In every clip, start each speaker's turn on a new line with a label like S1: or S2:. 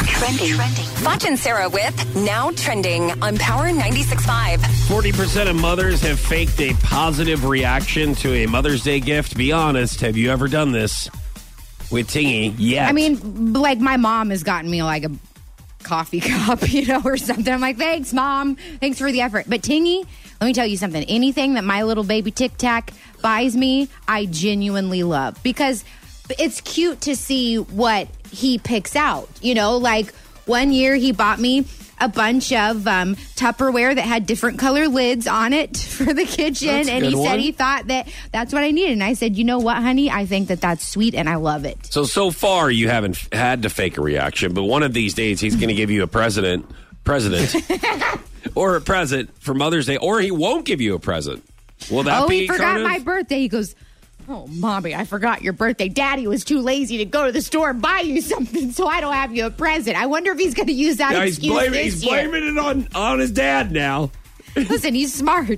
S1: Trending. Trending.
S2: Foch and Sarah with Now Trending on Power 96.5.
S3: 40% of mothers have faked a positive reaction to a Mother's Day gift. Be honest, have you ever done this with Tingy? Yeah.
S4: I mean, like my mom has gotten me like a coffee cup, you know, or something. I'm like, thanks, mom. Thanks for the effort. But Tingy, let me tell you something. Anything that my little baby Tic Tac buys me, I genuinely love because it's cute to see what he picks out. You know, like one year he bought me a bunch of um, Tupperware that had different color lids on it for the kitchen,
S3: That's a
S4: and he
S3: good one.
S4: said he thought that that's what I needed. And I said, you know what, honey, I think that that's sweet, and I love it.
S3: so, so far, you haven't f- had to fake a reaction, but one of these days, he's going to give you a president, president, or a present for Mother's Day, or he won't give you a present. Will that
S4: oh,
S3: be
S4: he forgot
S3: kind of-
S4: my birthday. He goes, Oh, mommy, I forgot your birthday. Daddy was too lazy to go to the store and buy you something, so I don't have you a present. I wonder if he's going to use that
S3: Yeah, he's
S4: excuse
S3: blaming,
S4: this
S3: he's
S4: year.
S3: blaming it on, on his dad now.
S4: Listen, he's smart.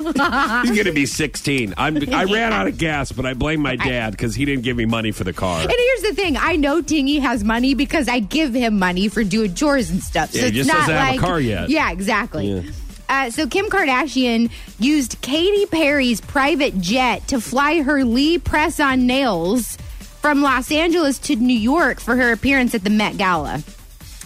S3: He's going to be 16. I'm, I ran out of gas, but I blame my dad because he didn't give me money for the car.
S4: And here's the thing: I know Tingy has money because I give him money for doing chores and stuff.
S3: Yeah, he
S4: it's
S3: just
S4: not
S3: doesn't
S4: like,
S3: have a car yet.
S4: Yeah, exactly.
S3: Yeah.
S4: Uh, so Kim Kardashian used Katy Perry's private jet to fly her Lee press-on nails from Los Angeles to New York for her appearance at the Met Gala.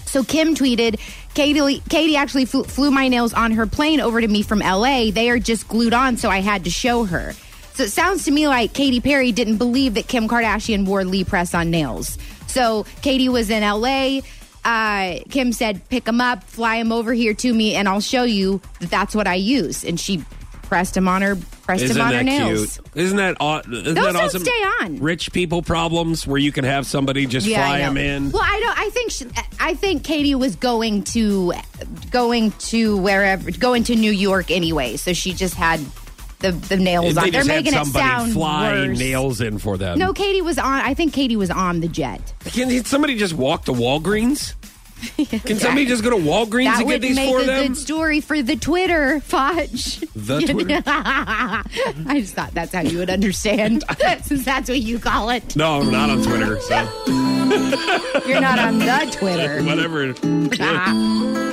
S4: So Kim tweeted, Katie, Katie actually flew, flew my nails on her plane over to me from LA. They are just glued on, so I had to show her. So it sounds to me like Katy Perry didn't believe that Kim Kardashian wore Lee press on nails. So Katie was in LA. Uh, Kim said, pick them up, fly them over here to me, and I'll show you that that's what I use. And she pressed them on her, pressed
S3: Isn't
S4: them on her
S3: that
S4: nails.
S3: cute? Isn't that, aw- isn't that
S4: Those don't
S3: awesome?
S4: stay on.
S3: Rich people problems where you can have somebody just fly
S4: I know.
S3: them in.
S4: Well, I don't. I think she, I think Katie was going to going to wherever going to New York anyway, so she just had the the nails
S3: they
S4: on. They're
S3: just had
S4: making it
S3: somebody
S4: sound
S3: fly
S4: worse.
S3: nails in for them.
S4: No, Katie was on. I think Katie was on the jet.
S3: Can somebody just walk to Walgreens? Can somebody just go to Walgreens
S4: That
S3: and get
S4: would
S3: these
S4: make
S3: for
S4: a
S3: them?
S4: good story for the Twitter, Fudge.
S3: The Twitter.
S4: I just thought that's how you would understand, since that's what you call it.
S3: No, I'm not on Twitter, so
S4: You're not on the Twitter.
S3: whatever.